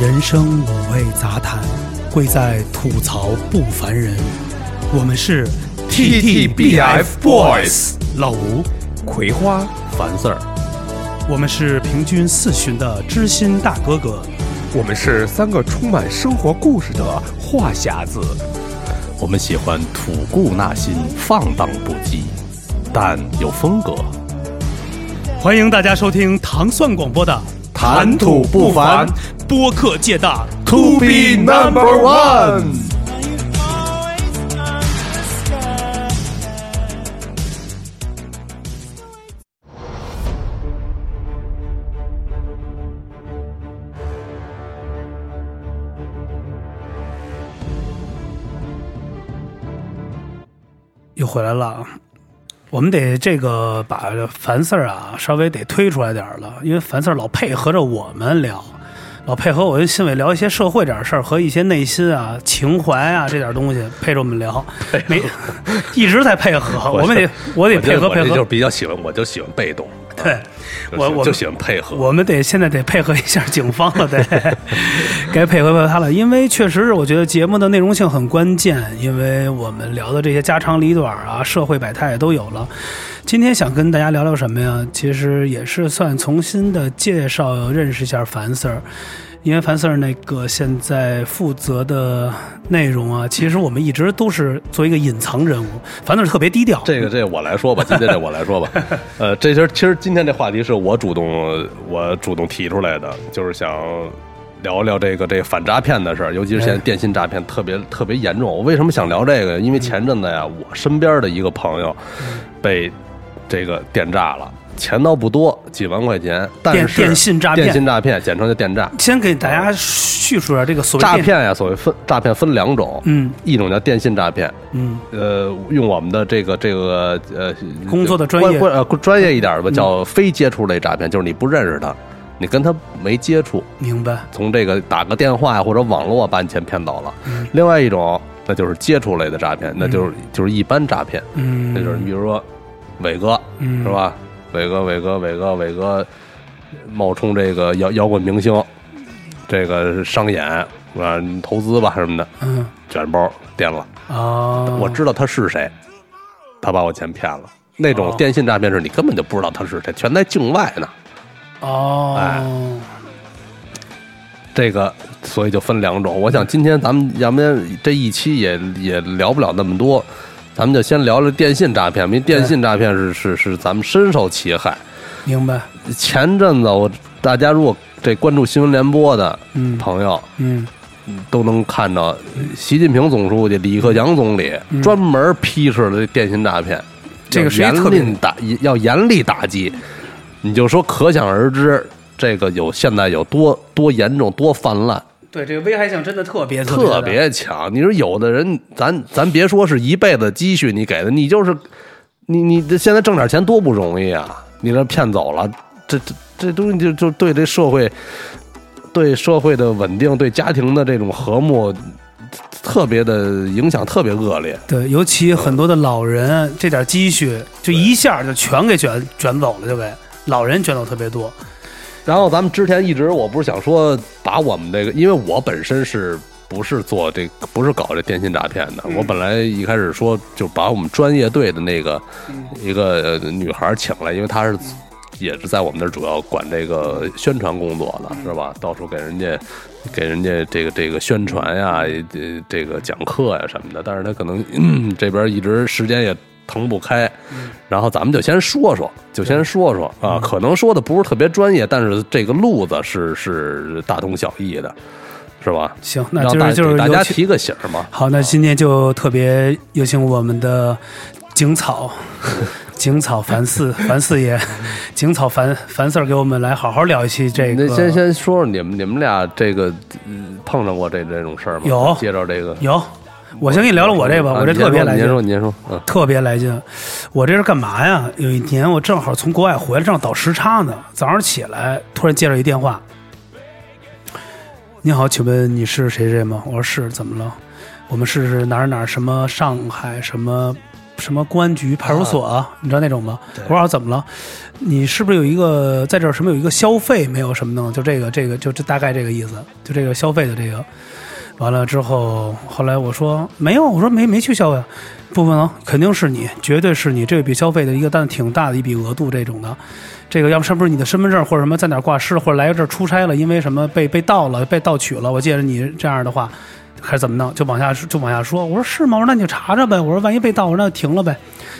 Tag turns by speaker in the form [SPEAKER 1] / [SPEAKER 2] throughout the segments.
[SPEAKER 1] 人生五味杂谈，贵在吐槽不烦人。我们是
[SPEAKER 2] TTBF Boys
[SPEAKER 1] 老吴，
[SPEAKER 2] 葵花
[SPEAKER 3] 烦事儿，
[SPEAKER 1] 我们是平均四旬的知心大哥哥。
[SPEAKER 2] 我们是三个充满生活故事的话匣子，
[SPEAKER 3] 我们喜欢吐故纳新，放荡不羁，但有风格。
[SPEAKER 1] 欢迎大家收听糖蒜广播的
[SPEAKER 3] 谈吐不凡，
[SPEAKER 1] 播客界大
[SPEAKER 2] To be number one。
[SPEAKER 1] 又回来了啊！我们得这个把樊四儿啊稍微得推出来点儿了，因为樊四儿老配合着我们聊，老配合我跟新伟聊一些社会点儿事儿和一些内心啊、情怀啊这点儿东西，配着我们聊，没 一直在配合，我们得我得
[SPEAKER 3] 我这
[SPEAKER 1] 配合
[SPEAKER 3] 我
[SPEAKER 1] 配
[SPEAKER 3] 这就是
[SPEAKER 1] 合，
[SPEAKER 3] 比较喜欢，我就喜欢被动，
[SPEAKER 1] 对，
[SPEAKER 3] 就
[SPEAKER 1] 我
[SPEAKER 3] 喜
[SPEAKER 1] 我
[SPEAKER 3] 就喜欢配合。
[SPEAKER 1] 我们得现在得配合一下警方了， 得该配合配合他了，因为确实是我觉得节目的内容性很关键，因为我们聊的这些家长里短啊、社会百态也都有了。今天想跟大家聊聊什么呀？其实也是算重新的介绍认识一下樊 Sir，因为樊 Sir 那个现在负责的内容啊，其实我们一直都是作为一个隐藏人物，樊 Sir 特别低调。
[SPEAKER 3] 这个这个我来说吧，今天这我来 说吧。呃，这其实其实今天这话题是我主动我主动提出来的，就是想聊聊这个这个反诈骗的事儿，尤其是
[SPEAKER 1] 哎
[SPEAKER 3] 现在电信诈骗特别特别严重。我为什么想聊这个？因为前阵子呀，我身边的一个朋友被这个电诈了。钱倒不多，几万块钱，但
[SPEAKER 1] 电
[SPEAKER 3] 是
[SPEAKER 1] 电信诈骗
[SPEAKER 3] 电信诈骗简称叫电诈。
[SPEAKER 1] 先给大家叙述一下这个所谓
[SPEAKER 3] 诈
[SPEAKER 1] 电，
[SPEAKER 3] 骗呀，所谓分诈骗分两种，
[SPEAKER 1] 嗯
[SPEAKER 3] 一种叫电信诈骗，
[SPEAKER 1] 嗯。
[SPEAKER 3] 呃，用我们的这个这个呃
[SPEAKER 1] 工作的专业嗯
[SPEAKER 3] 关关呃专业一点吧，叫非接触类诈骗，就是你不认识他，你跟他没接触，
[SPEAKER 1] 明白，
[SPEAKER 3] 从这个打个电话呀或者网络把你钱骗走了
[SPEAKER 1] 嗯。
[SPEAKER 3] 另外一种那就是接触类的诈骗，那就是就是一般诈骗，
[SPEAKER 1] 嗯，
[SPEAKER 3] 那就是你比如说伟哥
[SPEAKER 1] 嗯
[SPEAKER 3] 是？吧？伟哥，伟哥，伟哥，伟哥，冒充这个摇摇滚明星，这个商演啊，你投资吧什么的，
[SPEAKER 1] 嗯
[SPEAKER 3] 卷包颠了。
[SPEAKER 1] 啊，
[SPEAKER 3] 我知道他是谁，他把我钱骗了。那种
[SPEAKER 1] 哦
[SPEAKER 3] 电信诈骗是你根本就不知道他是谁，全在境外呢。哎
[SPEAKER 1] 哦，
[SPEAKER 3] 这个，所以就分两种。我想今天咱们要不然这一期也也聊不了那么多，咱们就先聊聊电信诈骗，因为电信诈骗是是是咱们深受其害。
[SPEAKER 1] 明白，
[SPEAKER 3] 前阵子我大家如果这关注新闻联播的
[SPEAKER 1] 嗯，
[SPEAKER 3] 朋友，
[SPEAKER 1] 嗯，
[SPEAKER 3] 都能看到习近平总书记、李克强总理
[SPEAKER 1] 嗯
[SPEAKER 3] 专门批示了这电信诈骗，
[SPEAKER 1] 这个
[SPEAKER 3] 要
[SPEAKER 1] 谁特
[SPEAKER 3] 严
[SPEAKER 1] 别
[SPEAKER 3] 令打要严厉打击。你就说可想而知，这个有现在有多多严重、多泛滥，
[SPEAKER 1] 对，这个危害性真的特别
[SPEAKER 3] 特
[SPEAKER 1] 别大
[SPEAKER 3] 别强。你说有的人，咱咱别说是一辈子积蓄你给的，你就是你你这现在挣点钱多不容易啊！你这骗走了，这这这东西就就对这社会、对社会的稳定、对家庭的这种和睦，特别的影响特别恶劣。
[SPEAKER 1] 对，尤其很多的老人，这点积蓄就一下就全给卷卷走了，就给老人卷走特别多。
[SPEAKER 3] 然后咱们之前一直，我不是想说把我们这个，因为我本身是不是做这不是搞这电信诈骗的，我本来一开始说就把我们专业队的那个、一个呃女孩请来，因为她是。也是在我们那儿主要管这个宣传工作的，是吧？到处给人家，给人家这个这个宣传呀，这这个讲课呀什么的。但是她可能、嗯这边一直时间也腾不开，然后咱们就先说说，就先说说
[SPEAKER 1] 嗯
[SPEAKER 3] 啊，可能说的不是特别专业，但是这个路子是是大同小异的，是吧？
[SPEAKER 1] 行，那
[SPEAKER 3] 让
[SPEAKER 1] 就
[SPEAKER 3] 大
[SPEAKER 1] 是就是
[SPEAKER 3] 给大家
[SPEAKER 1] 有请
[SPEAKER 3] 提个醒儿嘛。
[SPEAKER 1] 好，那今天就特别有请我们的景 草，景草樊四樊四爷，景草樊樊四儿给我们来好好聊一期这
[SPEAKER 3] 那
[SPEAKER 1] 个。
[SPEAKER 3] 先先说说你们你们俩这个、呃碰上过这这种事儿吗？
[SPEAKER 1] 有
[SPEAKER 3] 接着这个，
[SPEAKER 1] 有，我先跟你聊聊我这吧，
[SPEAKER 3] 啊
[SPEAKER 1] 我这
[SPEAKER 3] 您先
[SPEAKER 1] 特别
[SPEAKER 3] 说
[SPEAKER 1] 来劲
[SPEAKER 3] 您，说您说，嗯，
[SPEAKER 1] 特别来劲。我这是干嘛呀？有一年我正好从国外回来，正好倒时差呢。早上起来突然接到一电话，你好，请问你是谁谁吗？我说是，怎么了？我们是哪儿哪儿什么上海什么什么公安局、派出所、你知道那种吗？
[SPEAKER 3] 啊对
[SPEAKER 1] 我说啊怎么了？你是不是有一个在这儿什么有一个消费没有什么的？就这个这个就这大概这个意思，就这个消费的这个。完了之后，后来我说没有，我说没没去消费，不可能，肯定是你，绝对是你这笔消费的一个，但挺大的一笔额度这种的，这个要不是不是你的身份证或者什么在哪儿挂失，或者来这儿出差了，因为什么被被盗了、被盗取了，我记着你这样的话，还是怎么弄？就往下就往下说。我说是吗？我说那你就查查呗。我说万一被盗，我说那就停了呗。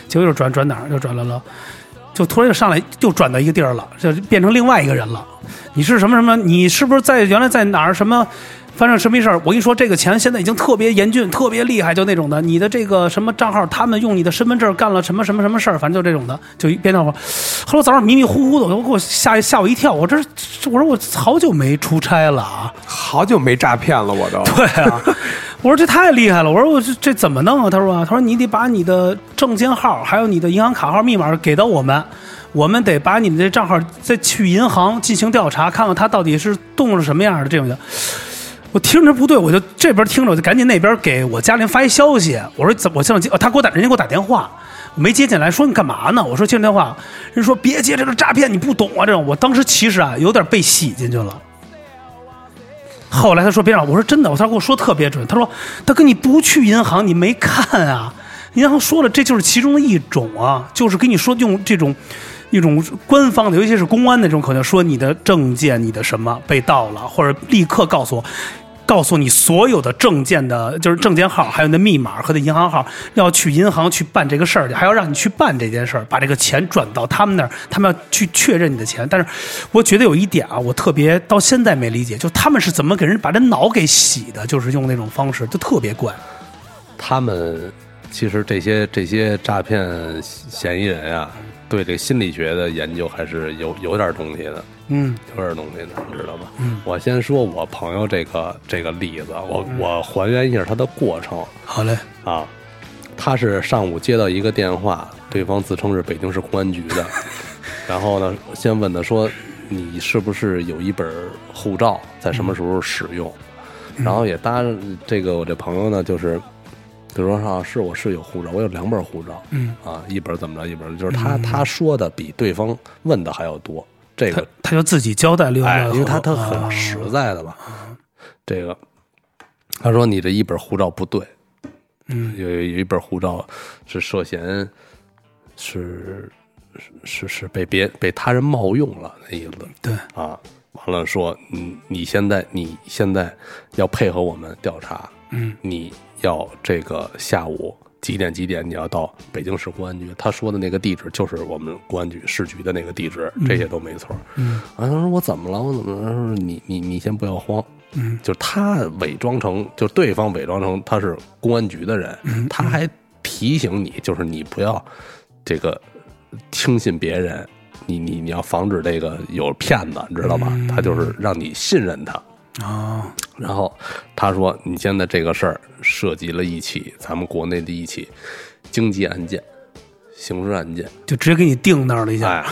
[SPEAKER 1] 结果就转转哪儿就转来了，就突然就上来又转到一个地儿了，就变成另外一个人了。你是什么什么？你是不是在原来在哪儿什么？发生什么事儿？我跟你说，这个钱现在已经特别严峻、特别厉害，就那种的。你的这个什么账号，他们用你的身份证干了什么什么什么事儿，反正就这种的，就一边那会儿。后来我早上迷迷糊糊的，我给我吓吓我一跳。我这这我说我好久没出差了啊。
[SPEAKER 2] 好久没诈骗了，我都。
[SPEAKER 1] 对啊，我说这太厉害了，我说我这这怎么弄啊？他说啊，他说你得把你的证件号还有你的银行卡号密码给到我们，我们得把你的这账号再去银行进行调查，看看他到底是动了什么样的这种的。我听着不对，我就这边听着，我就赶紧那边给我家里人发一消息，我说怎么我现在接，哦他给我打人家给我打电话，我没接进来，说你干嘛呢？我说接电话，人说别接这个诈骗，你不懂啊这种。我当时其实啊有点被洗进去了。后来他说别让我，我说真的，我他跟我说特别准，他说他跟你不去银行，你没看啊？银行说了，这就是其中的一种啊，就是跟你说用这种一种官方的，尤其是公安那种，可能说你的证件、你的什么被盗了，或者立刻告诉我。告诉你所有的证件的，就是证件号，还有你的密码和你的银行号，要去银行去办这个事儿去，还要让你去办这件事儿，把这个钱转到他们那儿，他们要去确认你的钱。但是，我觉得有一点啊，我特别到现在没理解，就他们是怎么给人把这脑给洗的，就是用那种方式，就特别怪。
[SPEAKER 3] 他们其实这些这些诈骗嫌疑人啊，对这个心理学的研究还是有有点东西的，
[SPEAKER 1] 嗯
[SPEAKER 3] 有点东西的，你知道吧？我先说我朋友这个这个例子，我我还原一下他的过程
[SPEAKER 1] 好嘞，
[SPEAKER 3] 啊。他是上午接到一个电话，对方自称是北京市公安局 的，然后呢，先问他说你是不是有一本护照，在什么时候使用？
[SPEAKER 1] 嗯
[SPEAKER 3] 然后也搭这个我这朋友呢，就是就说啊，是我是有护照，我有两本护照，
[SPEAKER 1] 嗯，
[SPEAKER 3] 啊，一本怎么着，一本就是他他说的比对方问的还要多，这
[SPEAKER 1] 他
[SPEAKER 3] 个
[SPEAKER 1] 他就自己交代六幺
[SPEAKER 3] 哎，
[SPEAKER 1] 幺，
[SPEAKER 3] 因为他他
[SPEAKER 1] 啊
[SPEAKER 3] 很实在的吧，这个他说你这一本护照不对，嗯，有有一本护照是涉嫌是是是是被别被他人冒用了那意思
[SPEAKER 1] 对，
[SPEAKER 3] 啊，完了说你你现在你现在要配合我们调查，
[SPEAKER 1] 嗯，
[SPEAKER 3] 你要这个下午。几点几点你要到北京市公安局？他说的那个地址就是我们公安局市局的那个地址，这些都没错。
[SPEAKER 1] 嗯
[SPEAKER 3] 啊，他说我怎么了？我怎么了？他说你你你先不要慌，
[SPEAKER 1] 嗯，
[SPEAKER 3] 就是他伪装成，就是对方伪装成他是公安局的人，
[SPEAKER 1] 嗯
[SPEAKER 3] 他还提醒你，就是你不要这个轻信别人，你你你要防止这个有骗子，你知道吧？他就是让你信任他。
[SPEAKER 1] 啊，
[SPEAKER 3] 然后他说你现在这个事儿涉及了一起咱们国内的一起经济案件、刑事案件，
[SPEAKER 1] 就直接给你定那儿了一下
[SPEAKER 3] 哎，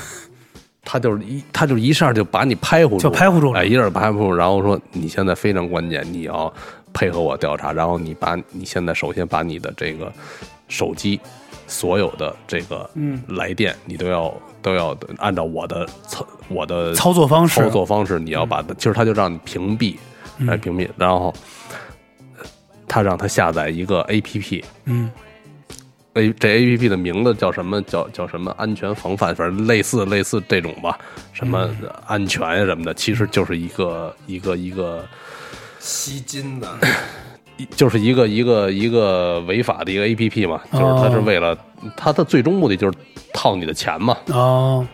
[SPEAKER 3] 他就是一他就一下就把你拍糊住，
[SPEAKER 1] 就拍糊住了
[SPEAKER 3] 哎，一下拍糊住，然后说你现在非常关键，你要配合我调查，然后你把你现在首先把你的这个手机所有的这个
[SPEAKER 1] 嗯
[SPEAKER 3] 来电，你都要都要按照我的操我的
[SPEAKER 1] 操作方式嗯
[SPEAKER 3] 操作方式，你要把它，其实他就让你屏蔽，来屏蔽，然后呃他让他下载一个 A P P，
[SPEAKER 1] 嗯
[SPEAKER 3] A 这 A P P 的名字叫什么？叫叫什么？安全防范，反正类似类似这种吧，什么安全呀什么的，其实就是一个一个一个，
[SPEAKER 2] 吸金的，
[SPEAKER 3] 一 就是一个一个一个违法的一个 A P P 嘛，就是它是为了它的最终目的就是套你的钱嘛。
[SPEAKER 1] 哦，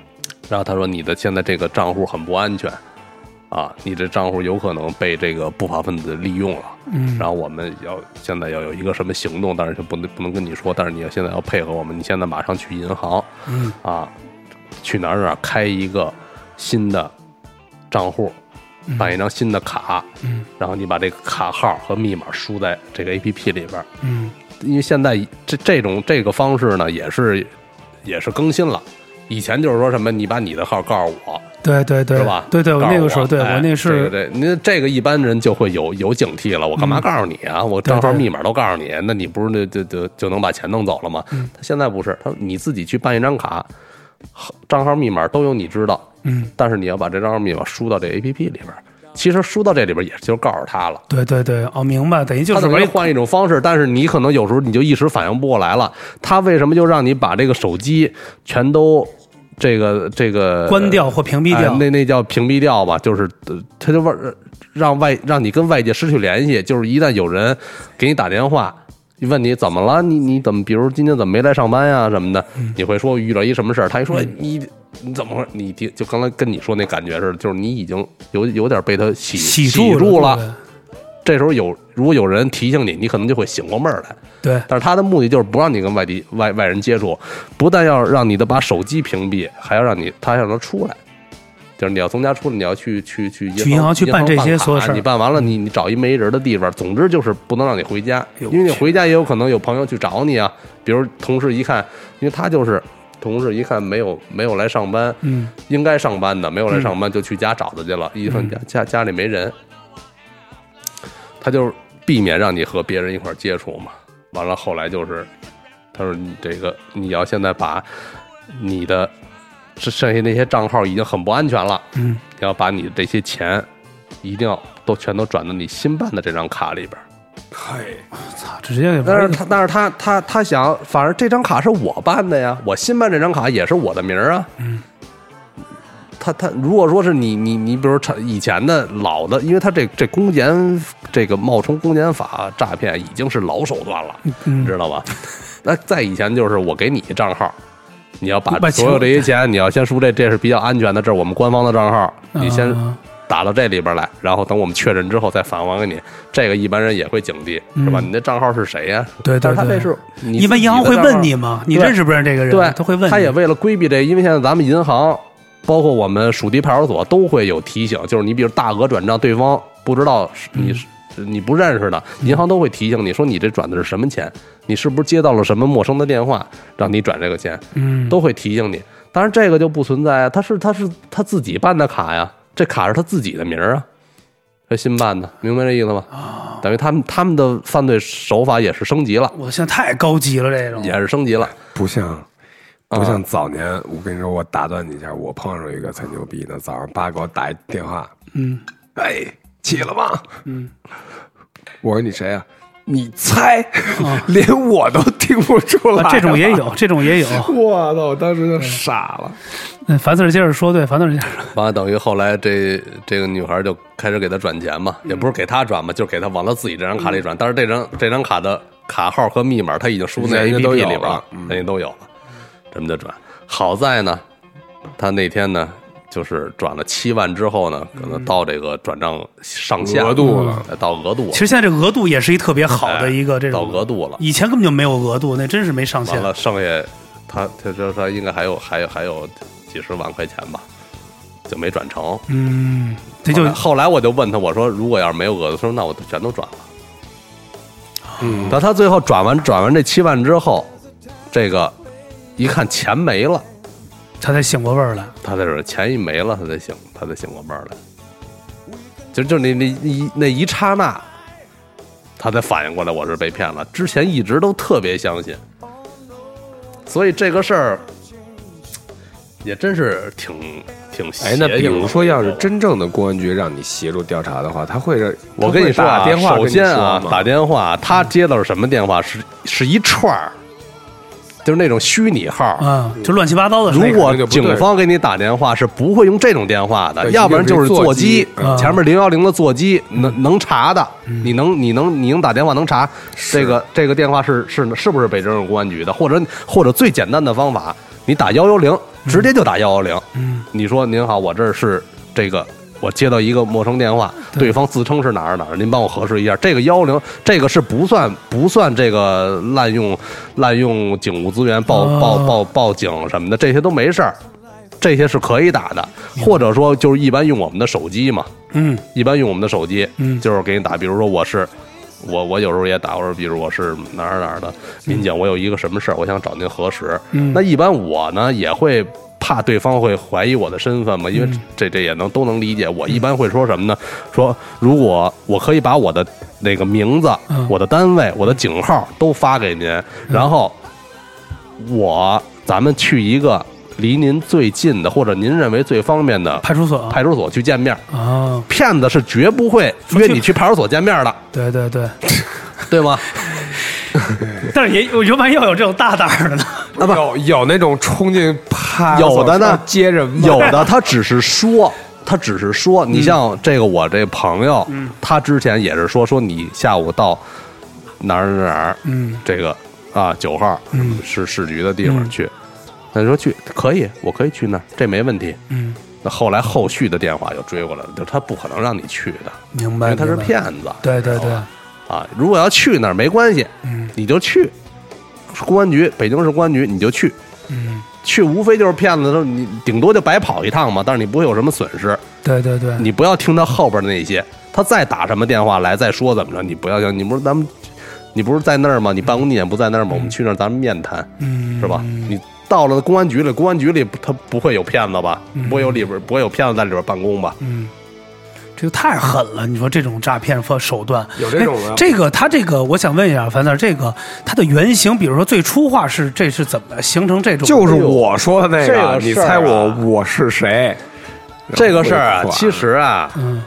[SPEAKER 3] 然后他说你的现在这个账户很不安全，啊，你这账户有可能被这个不法分子利用了。
[SPEAKER 1] 嗯，
[SPEAKER 3] 然后我们要现在要有一个什么行动，但是就不能不能跟你说，但是你要现在要配合我们，你现在马上去银行，
[SPEAKER 1] 嗯
[SPEAKER 3] 啊，去哪儿哪儿开一个新的账户，办一张新的卡，
[SPEAKER 1] 嗯
[SPEAKER 3] 然后你把这个卡号和密码输在这个 A P P 里边儿，
[SPEAKER 1] 嗯
[SPEAKER 3] 因为现在这这种这个方式呢，也是也是更新了。以前就是说什么，你把你的号告诉我，
[SPEAKER 1] 对对对，
[SPEAKER 3] 是吧？
[SPEAKER 1] 对对，我
[SPEAKER 3] 告诉
[SPEAKER 1] 那个时候，对
[SPEAKER 3] 哎
[SPEAKER 1] 我那是、嗯
[SPEAKER 3] 这个这那这个一般人就会有有警惕了。我干嘛告诉你啊？我账号
[SPEAKER 1] 对对嗯
[SPEAKER 3] 密码都告诉你，那你不是那就就就能把钱弄走了吗？他现在不是，他你自己去办一张卡，账号密码都有你知道，
[SPEAKER 1] 嗯，
[SPEAKER 3] 但是你要把这账号密码输到这 A P P 里边儿，其实输到这里边儿也就告诉他了。
[SPEAKER 1] 对对对，哦，明白，等于就
[SPEAKER 3] 他
[SPEAKER 1] 是
[SPEAKER 3] 只
[SPEAKER 1] 一
[SPEAKER 3] 是换一种方式，但是你可能有时候你就一时反应不过来了。他为什么就让你把这个手机全都这个这个
[SPEAKER 1] 关掉或屏蔽掉，
[SPEAKER 3] 哎那那叫屏蔽掉吧，就是呃他就外让外让你跟外界失去联系，就是一旦有人给你打电话。问你怎么了？你你怎么？比如今天怎么没来上班呀、什么的，
[SPEAKER 1] 嗯
[SPEAKER 3] 你会说遇到一什么事儿？他一说哎你你怎么回事？你就就刚才跟你说那感觉似的，就是你已经有有点被他洗
[SPEAKER 1] 洗
[SPEAKER 3] 住
[SPEAKER 1] 住
[SPEAKER 3] 了。，这时候有如果有人提醒你，你可能就会醒过味儿来。
[SPEAKER 1] 对对，
[SPEAKER 3] 但是他的目的就是不让你跟外地外外人接触，不但要让你的把手机屏蔽，还要让你他让他出来，就是你要从家出来，你要去去去
[SPEAKER 1] 去银行去办
[SPEAKER 3] 办
[SPEAKER 1] 这些
[SPEAKER 3] 卡
[SPEAKER 1] 所有事儿
[SPEAKER 3] 你办完了，你你找一没人的地方，总之就是不能让你回家，
[SPEAKER 1] 哎呦
[SPEAKER 3] 因为你
[SPEAKER 1] 我去
[SPEAKER 3] 回家也有可能有朋友去找你啊，比如同事一看，因为他就是同事一看没有没有来上班，
[SPEAKER 1] 嗯，
[SPEAKER 3] 应该上班的，没有来上班就去家找他去了。一看家家家里没人，他就是避免让你和别人一块儿接触嘛。完了后来就是，他说你这个你要现在把你的剩剩下那些账号已经很不安全了，
[SPEAKER 1] 嗯，
[SPEAKER 3] 你要把你的这些钱一定要都全都转到你新办的这张卡里边儿。
[SPEAKER 1] 操，直接给
[SPEAKER 3] 但是
[SPEAKER 1] 玩
[SPEAKER 3] 他但是他他他想，反正这张卡是我办的呀，我新办这张卡也是我的名儿啊。嗯。他他如果说是你你你，比如说以前的老的，因为他这这公检这个冒充公检法诈骗已经是老手段了，
[SPEAKER 1] 嗯
[SPEAKER 3] 你知道吧？那在以前就是我给你账号，你要把
[SPEAKER 1] 把钱
[SPEAKER 3] 所有这些钱，你要先输这，这是比较安全的，这是我们官方的账号，你先
[SPEAKER 1] 啊
[SPEAKER 3] 打到这里边来，然后等我们确认之后再返还给你。这个一般人也会警惕，是吧？
[SPEAKER 1] 嗯
[SPEAKER 3] 你那账号是谁呀、
[SPEAKER 1] 对对
[SPEAKER 3] 但是他
[SPEAKER 1] 对
[SPEAKER 3] 这是你
[SPEAKER 1] 一般银行会问你，吗？你
[SPEAKER 3] 对
[SPEAKER 1] 认识不认识这个人？
[SPEAKER 3] 对，
[SPEAKER 1] 他会问你。
[SPEAKER 3] 他也为了规避这，因为现在咱们银行，包括我们属地派出所都会有提醒，就是你比如大额转账，对方不知道是
[SPEAKER 1] 嗯
[SPEAKER 3] 你是。你不认识的，银行都会提醒你说你这转的是什么钱，你是不是接到了什么陌生的电话让你转这个钱，
[SPEAKER 1] 嗯，
[SPEAKER 3] 都会提醒你。当然这个就不存在啊，他是他是他自己办的卡呀，这卡是他自己的名儿啊，这新办的，明白这意思吗？
[SPEAKER 1] 啊
[SPEAKER 3] 等于他们他们的犯罪手法也是升级了，
[SPEAKER 1] 我现在太高级了，这种
[SPEAKER 3] 也是升级了。
[SPEAKER 2] 不
[SPEAKER 1] 啊
[SPEAKER 2] 像。不像早年，我跟你说，我打断你一下，我碰上一个才牛逼呢。早上八给我打一电话，
[SPEAKER 1] 嗯，
[SPEAKER 2] 哎，起了吗？嗯，我说你谁啊？你猜， 连我都听不出来、
[SPEAKER 1] 哦啊，这种也。有，这种也有。
[SPEAKER 2] 我操！我当时就傻了。
[SPEAKER 1] 嗯，樊 Sir 接着说，对，樊 Sir 接着说，
[SPEAKER 3] 完了，等于后来这这个女孩就开始给他转钱嘛，也不是给他转嘛，就是给他往他自己这张卡里转。但是这张这张卡的卡号和密码他已经输在
[SPEAKER 2] 人
[SPEAKER 3] A
[SPEAKER 2] 家
[SPEAKER 3] P
[SPEAKER 2] 都
[SPEAKER 3] P 里
[SPEAKER 2] 有
[SPEAKER 3] 边
[SPEAKER 2] 了，
[SPEAKER 3] 人家都有了，这么就转。好在呢，他那天呢就是转了七万之后呢，可能到这个转账上限
[SPEAKER 2] 额度了，
[SPEAKER 3] 哎到额度了
[SPEAKER 1] 其。实现在这额度也是一特别好的一个这
[SPEAKER 3] 到
[SPEAKER 1] 种
[SPEAKER 3] 额度了
[SPEAKER 1] 以前根本就没有额度，那真是没上
[SPEAKER 3] 哎完
[SPEAKER 1] 限。
[SPEAKER 3] 了，剩下他他他他应该还有还有还有几十万块钱吧，就没转成。
[SPEAKER 1] 嗯，这就
[SPEAKER 3] 后来后来我就问他，我说如果要是没有额度，他说那我就全都转了。嗯，但他最后转完转完这七万之后，这个一看钱没了，
[SPEAKER 1] 他才醒过味儿来。
[SPEAKER 3] 他才说钱一没了，他才醒，他才醒过味儿来。就就那那一那一刹那，他才反应过来我是被骗了。之前一直都特别相信，所以这个事儿也真是挺挺邪
[SPEAKER 2] 哎，
[SPEAKER 3] 性的。
[SPEAKER 2] 那比如说，要是真正的公安局让你协助调查的话，他会让
[SPEAKER 3] 我跟你说、啊，
[SPEAKER 2] 他会打电话跟
[SPEAKER 3] 首
[SPEAKER 2] 你
[SPEAKER 3] 先
[SPEAKER 2] 说
[SPEAKER 3] 啊，
[SPEAKER 2] 吗
[SPEAKER 3] 打电话，他接到是什么电话？是是一串儿，就是那种虚拟号。
[SPEAKER 1] 啊，就乱七八糟的那
[SPEAKER 3] 如
[SPEAKER 1] 个。
[SPEAKER 3] 果
[SPEAKER 2] 那就不对
[SPEAKER 3] 警方给你打电话，是不会用这种电话的，
[SPEAKER 2] 对
[SPEAKER 3] 要不然就是座
[SPEAKER 2] 一
[SPEAKER 3] 机
[SPEAKER 2] 定，
[SPEAKER 1] 座机
[SPEAKER 3] 前面零幺零的座机能能查的，
[SPEAKER 1] 嗯
[SPEAKER 3] 你能你能你能打电话能查这个这个电话是是是不是北京市公安局的，或者或者最简单的方法，你打幺幺零，直接就打幺幺零，
[SPEAKER 1] 嗯，
[SPEAKER 3] 你说您好，我这儿是这个。我接到一个陌生电话，
[SPEAKER 1] 对
[SPEAKER 3] 对方自称是哪儿哪儿，您帮我核实一下。这个幺零，这个是不算不算这个滥用滥用警务资源报报
[SPEAKER 1] 哦
[SPEAKER 3] 报报警什么的，这些都没事儿，这些是可以打的。或者说就是一般用我们的手机嘛，
[SPEAKER 1] 嗯
[SPEAKER 3] 一般用我们的手机，
[SPEAKER 1] 嗯
[SPEAKER 3] 就是给你打，比如说我是我我有时候也打，我说比如我是哪儿哪儿
[SPEAKER 1] 嗯
[SPEAKER 3] 的民警，我有一个什么事儿，我想找您核实。那一般我呢也会怕对方会怀疑我的身份嘛，因
[SPEAKER 1] 嗯
[SPEAKER 3] 为这这也能都能理解。我一般会说什么呢？说如果我可以把我的那个名字、
[SPEAKER 1] 嗯
[SPEAKER 3] 我的单位、我的警号都发给您，然后我咱们去一个离您最近的或者您认为最方便的
[SPEAKER 1] 派出所
[SPEAKER 3] 派出所去见面。
[SPEAKER 1] 啊，
[SPEAKER 3] 骗子是绝不会约你去派出所见面 的，
[SPEAKER 1] 对对对，
[SPEAKER 3] 对吗？
[SPEAKER 1] 但是也有有万一要有这种大胆儿的呢？
[SPEAKER 2] 有有那种冲进派出
[SPEAKER 3] 有
[SPEAKER 2] 所
[SPEAKER 3] 的呢
[SPEAKER 2] 上接人 吗？
[SPEAKER 3] 有 的他只是说，他只是说，你像这个我这朋友，他之前也是说说你下午到哪儿哪儿哪儿，
[SPEAKER 1] 嗯，
[SPEAKER 3] 这个啊九号
[SPEAKER 1] 嗯
[SPEAKER 3] 市市局的地方
[SPEAKER 1] 嗯
[SPEAKER 3] 去，他说去可以，我可以去那儿，这没问题。
[SPEAKER 1] 嗯，
[SPEAKER 3] 那后来后续的电话又追过来了，就他不可能让你去的，
[SPEAKER 1] 明
[SPEAKER 3] 因
[SPEAKER 1] 白，
[SPEAKER 3] 为他是
[SPEAKER 1] 明白
[SPEAKER 3] 骗子。
[SPEAKER 1] 对对
[SPEAKER 3] 知道
[SPEAKER 1] 对
[SPEAKER 3] 吧，啊，如果要去那儿没关系，
[SPEAKER 1] 嗯
[SPEAKER 3] 你就去公安局，北京市公安局你就去，
[SPEAKER 1] 嗯，
[SPEAKER 3] 去无非就是骗子，你顶多就白跑一趟嘛，但是你不会有什么损失。
[SPEAKER 1] 对对对，
[SPEAKER 3] 你不要听他后边的那些，他再打什么电话来再说怎么着，你不要想，你不是咱们，你不是在那儿吗？你办公地点不在那儿吗？我们去那儿咱们面谈，
[SPEAKER 1] 嗯
[SPEAKER 3] 是吧？你到了公安局里，公安局里他不会有骗子吧？不会有里边不会有骗子在里边办公吧？
[SPEAKER 1] 嗯，这个太狠了！你说这种诈骗方手段
[SPEAKER 2] 有这种的
[SPEAKER 1] 哎这个他这个，我想问一下樊 Sir，这个它的原型，比如说最初化是这是怎么形成这种？
[SPEAKER 2] 就是我说的那
[SPEAKER 3] 这个
[SPEAKER 2] 你
[SPEAKER 3] 事儿
[SPEAKER 2] 猜我
[SPEAKER 3] 啊
[SPEAKER 2] 我是谁？
[SPEAKER 3] 这个事儿啊
[SPEAKER 2] 然，后
[SPEAKER 3] 其实啊，
[SPEAKER 1] 嗯，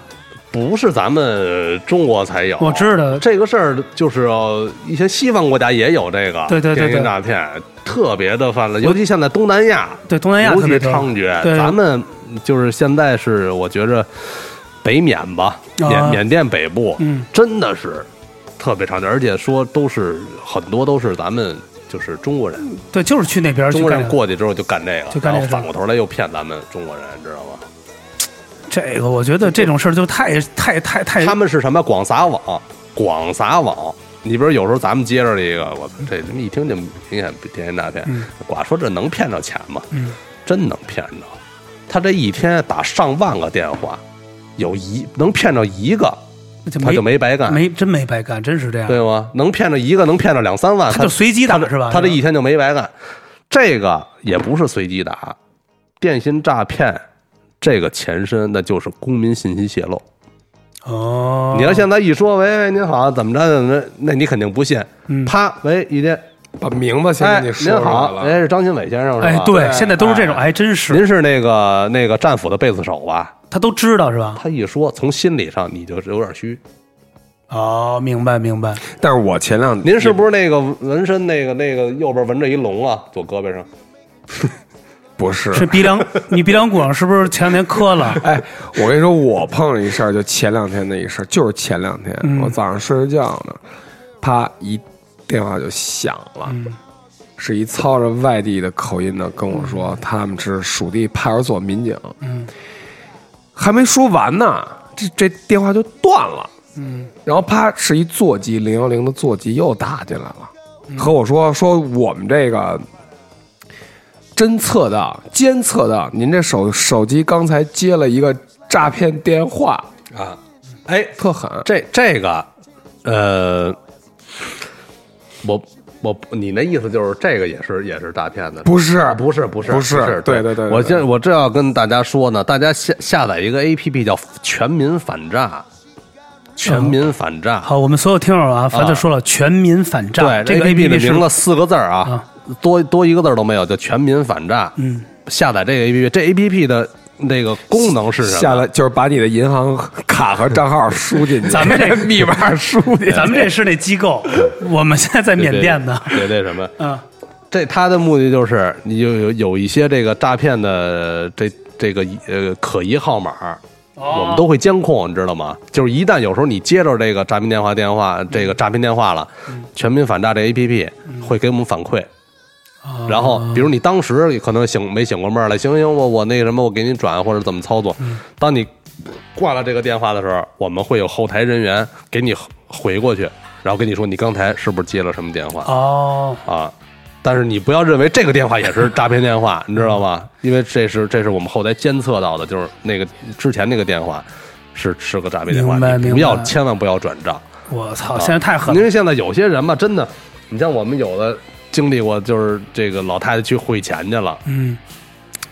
[SPEAKER 3] 不是咱们中国才有，
[SPEAKER 1] 我知道，
[SPEAKER 3] 这个事儿就是呃一些西方国家也有这个
[SPEAKER 1] 对对对对
[SPEAKER 3] 电信诈骗，特别的泛滥，尤其现在东南亚，
[SPEAKER 1] 对东南亚
[SPEAKER 3] 尤
[SPEAKER 1] 特
[SPEAKER 3] 其
[SPEAKER 1] 别多
[SPEAKER 3] 猖獗。
[SPEAKER 1] 对
[SPEAKER 3] 咱们就是现在是我觉着北缅吧，
[SPEAKER 1] 啊
[SPEAKER 3] 缅缅甸北部，
[SPEAKER 1] 嗯
[SPEAKER 3] 真的是特别猖獗，而且说都是很多都是咱们就是中国人，
[SPEAKER 1] 对，就是去那边
[SPEAKER 3] 中
[SPEAKER 1] 去
[SPEAKER 3] 国
[SPEAKER 1] 干
[SPEAKER 3] 人过去之后就干这个，
[SPEAKER 1] 就干这个
[SPEAKER 3] 然
[SPEAKER 1] 事
[SPEAKER 3] 后
[SPEAKER 1] 儿
[SPEAKER 3] 反过头来又骗咱们中国人，知道吗？
[SPEAKER 1] 这个，我觉得这种事儿就太太太太
[SPEAKER 3] 他们是什么广撒网，广撒网。你比如有时候咱们接着这个，我操，这他妈一听就明显不天天诈骗
[SPEAKER 1] 嗯。
[SPEAKER 3] 寡说这能骗着钱吗？
[SPEAKER 1] 嗯
[SPEAKER 3] 真能骗着。他这一天打上万个电话，有一能骗着一个，
[SPEAKER 1] 那就
[SPEAKER 3] 他
[SPEAKER 1] 没
[SPEAKER 3] 就没白干，
[SPEAKER 1] 没真没白干，真是这样，
[SPEAKER 3] 对吗？能骗着一个，能骗着两三万，
[SPEAKER 1] 他就随机打
[SPEAKER 3] 他这
[SPEAKER 1] 是吧
[SPEAKER 3] 他这一天就没白干。这个也不是随机打，电信诈骗这个前身那就是公民信息泄露。
[SPEAKER 1] 哦，
[SPEAKER 3] 你要现在一说，喂喂，您好，怎么着怎么着，那你肯定不信。
[SPEAKER 1] 嗯
[SPEAKER 3] 啪，喂，一接，
[SPEAKER 2] 把名字先
[SPEAKER 3] 哎，
[SPEAKER 2] 给你说
[SPEAKER 3] 您
[SPEAKER 2] 出来
[SPEAKER 3] 好，
[SPEAKER 2] 了。
[SPEAKER 3] 哎，是张新伟先生是吧？
[SPEAKER 1] 哎，对，现在都是这种，
[SPEAKER 3] 哎
[SPEAKER 1] 哎，真是
[SPEAKER 3] 您是那个那个战斧的贝斯手吧？
[SPEAKER 1] 他都知道是吧？
[SPEAKER 3] 他一说，从心理上你就有点虚。
[SPEAKER 1] 哦，明白明白，
[SPEAKER 2] 但是我前两
[SPEAKER 3] 您是不是那个纹身那个那个右边纹着一龙啊，左胳膊上？
[SPEAKER 2] 不是？
[SPEAKER 1] 是鼻梁，你鼻梁骨啊上是不是前两天磕了？
[SPEAKER 2] 哎，我跟你说，我碰上一事儿，就前两天的一事儿，就是前两天、
[SPEAKER 1] 嗯
[SPEAKER 2] 我早上睡着觉呢，啪一电话就响了，
[SPEAKER 1] 嗯
[SPEAKER 2] 是一操着外地的口音的跟我说，他们是属地派出所民警，
[SPEAKER 1] 嗯
[SPEAKER 2] 还没说完呢，这这电话就断了。
[SPEAKER 1] 嗯
[SPEAKER 2] 然后啪是一座机零幺零的座机又打进来了，
[SPEAKER 1] 嗯
[SPEAKER 2] 和我说说我们这个侦测到监测到您这手手机刚才接了一个诈骗电话，
[SPEAKER 3] 啊，哎，
[SPEAKER 2] 特狠。
[SPEAKER 3] 这这个，呃，我我你那意思就是这个也是也是诈骗的，啊
[SPEAKER 2] 不是
[SPEAKER 3] 不是不是
[SPEAKER 2] 不是对对对对
[SPEAKER 3] 我
[SPEAKER 2] 对
[SPEAKER 3] 这我这要跟大家说呢，大家下下载一个 A P P 叫“全民反诈”，全民反诈。
[SPEAKER 1] 好，我们所有听友啊，反正说了，全民反诈，
[SPEAKER 3] 对，
[SPEAKER 1] 这个
[SPEAKER 3] A P
[SPEAKER 1] APP
[SPEAKER 3] 的
[SPEAKER 1] 是
[SPEAKER 3] 名字四个字儿啊，多多一个字儿都没有，叫“全民反诈”。
[SPEAKER 1] 嗯，
[SPEAKER 3] 下载这个 A P P，这 A P P 的那个功能是什么？啊
[SPEAKER 2] 下来就是把你的银行卡和账号输进去，
[SPEAKER 1] 咱们 这
[SPEAKER 2] 密码输进 去。
[SPEAKER 1] 咱们这是那机构，我们现在在
[SPEAKER 3] 对
[SPEAKER 1] 缅甸呢，，
[SPEAKER 3] 对对对什么？
[SPEAKER 1] 嗯
[SPEAKER 3] 这他的目的就是你有有有一些这个诈骗的这这个呃可疑号码，我们都会监控，你知道吗？就是一旦有时候你接着这个诈骗电话电话这个诈骗电话了，全民反诈这 A P P 会给我们反馈。然后，比如你当时可能醒没醒过味儿来，行行，我我那个什么，我给你转或者怎么操作。当你挂了这个电话的时候，我们会有后台人员给你回过去，然后跟你说你刚才是不是接了什么电话。
[SPEAKER 1] 哦，
[SPEAKER 3] 啊。但是你不要认为这个电话也是诈骗电 话，你知道吗？因为这是这是我们后台监测到的，就是那个之前那个电话是是个诈骗电话，
[SPEAKER 1] 明白
[SPEAKER 3] 你
[SPEAKER 1] 明
[SPEAKER 3] 不
[SPEAKER 1] 白
[SPEAKER 3] 要千万不要转账。啊
[SPEAKER 1] 我操，现在太狠
[SPEAKER 3] 因
[SPEAKER 1] 了。
[SPEAKER 3] 为现在有些人吧，真的，你像我们有的经历过，就是这个老太太去汇钱去了，
[SPEAKER 1] 嗯，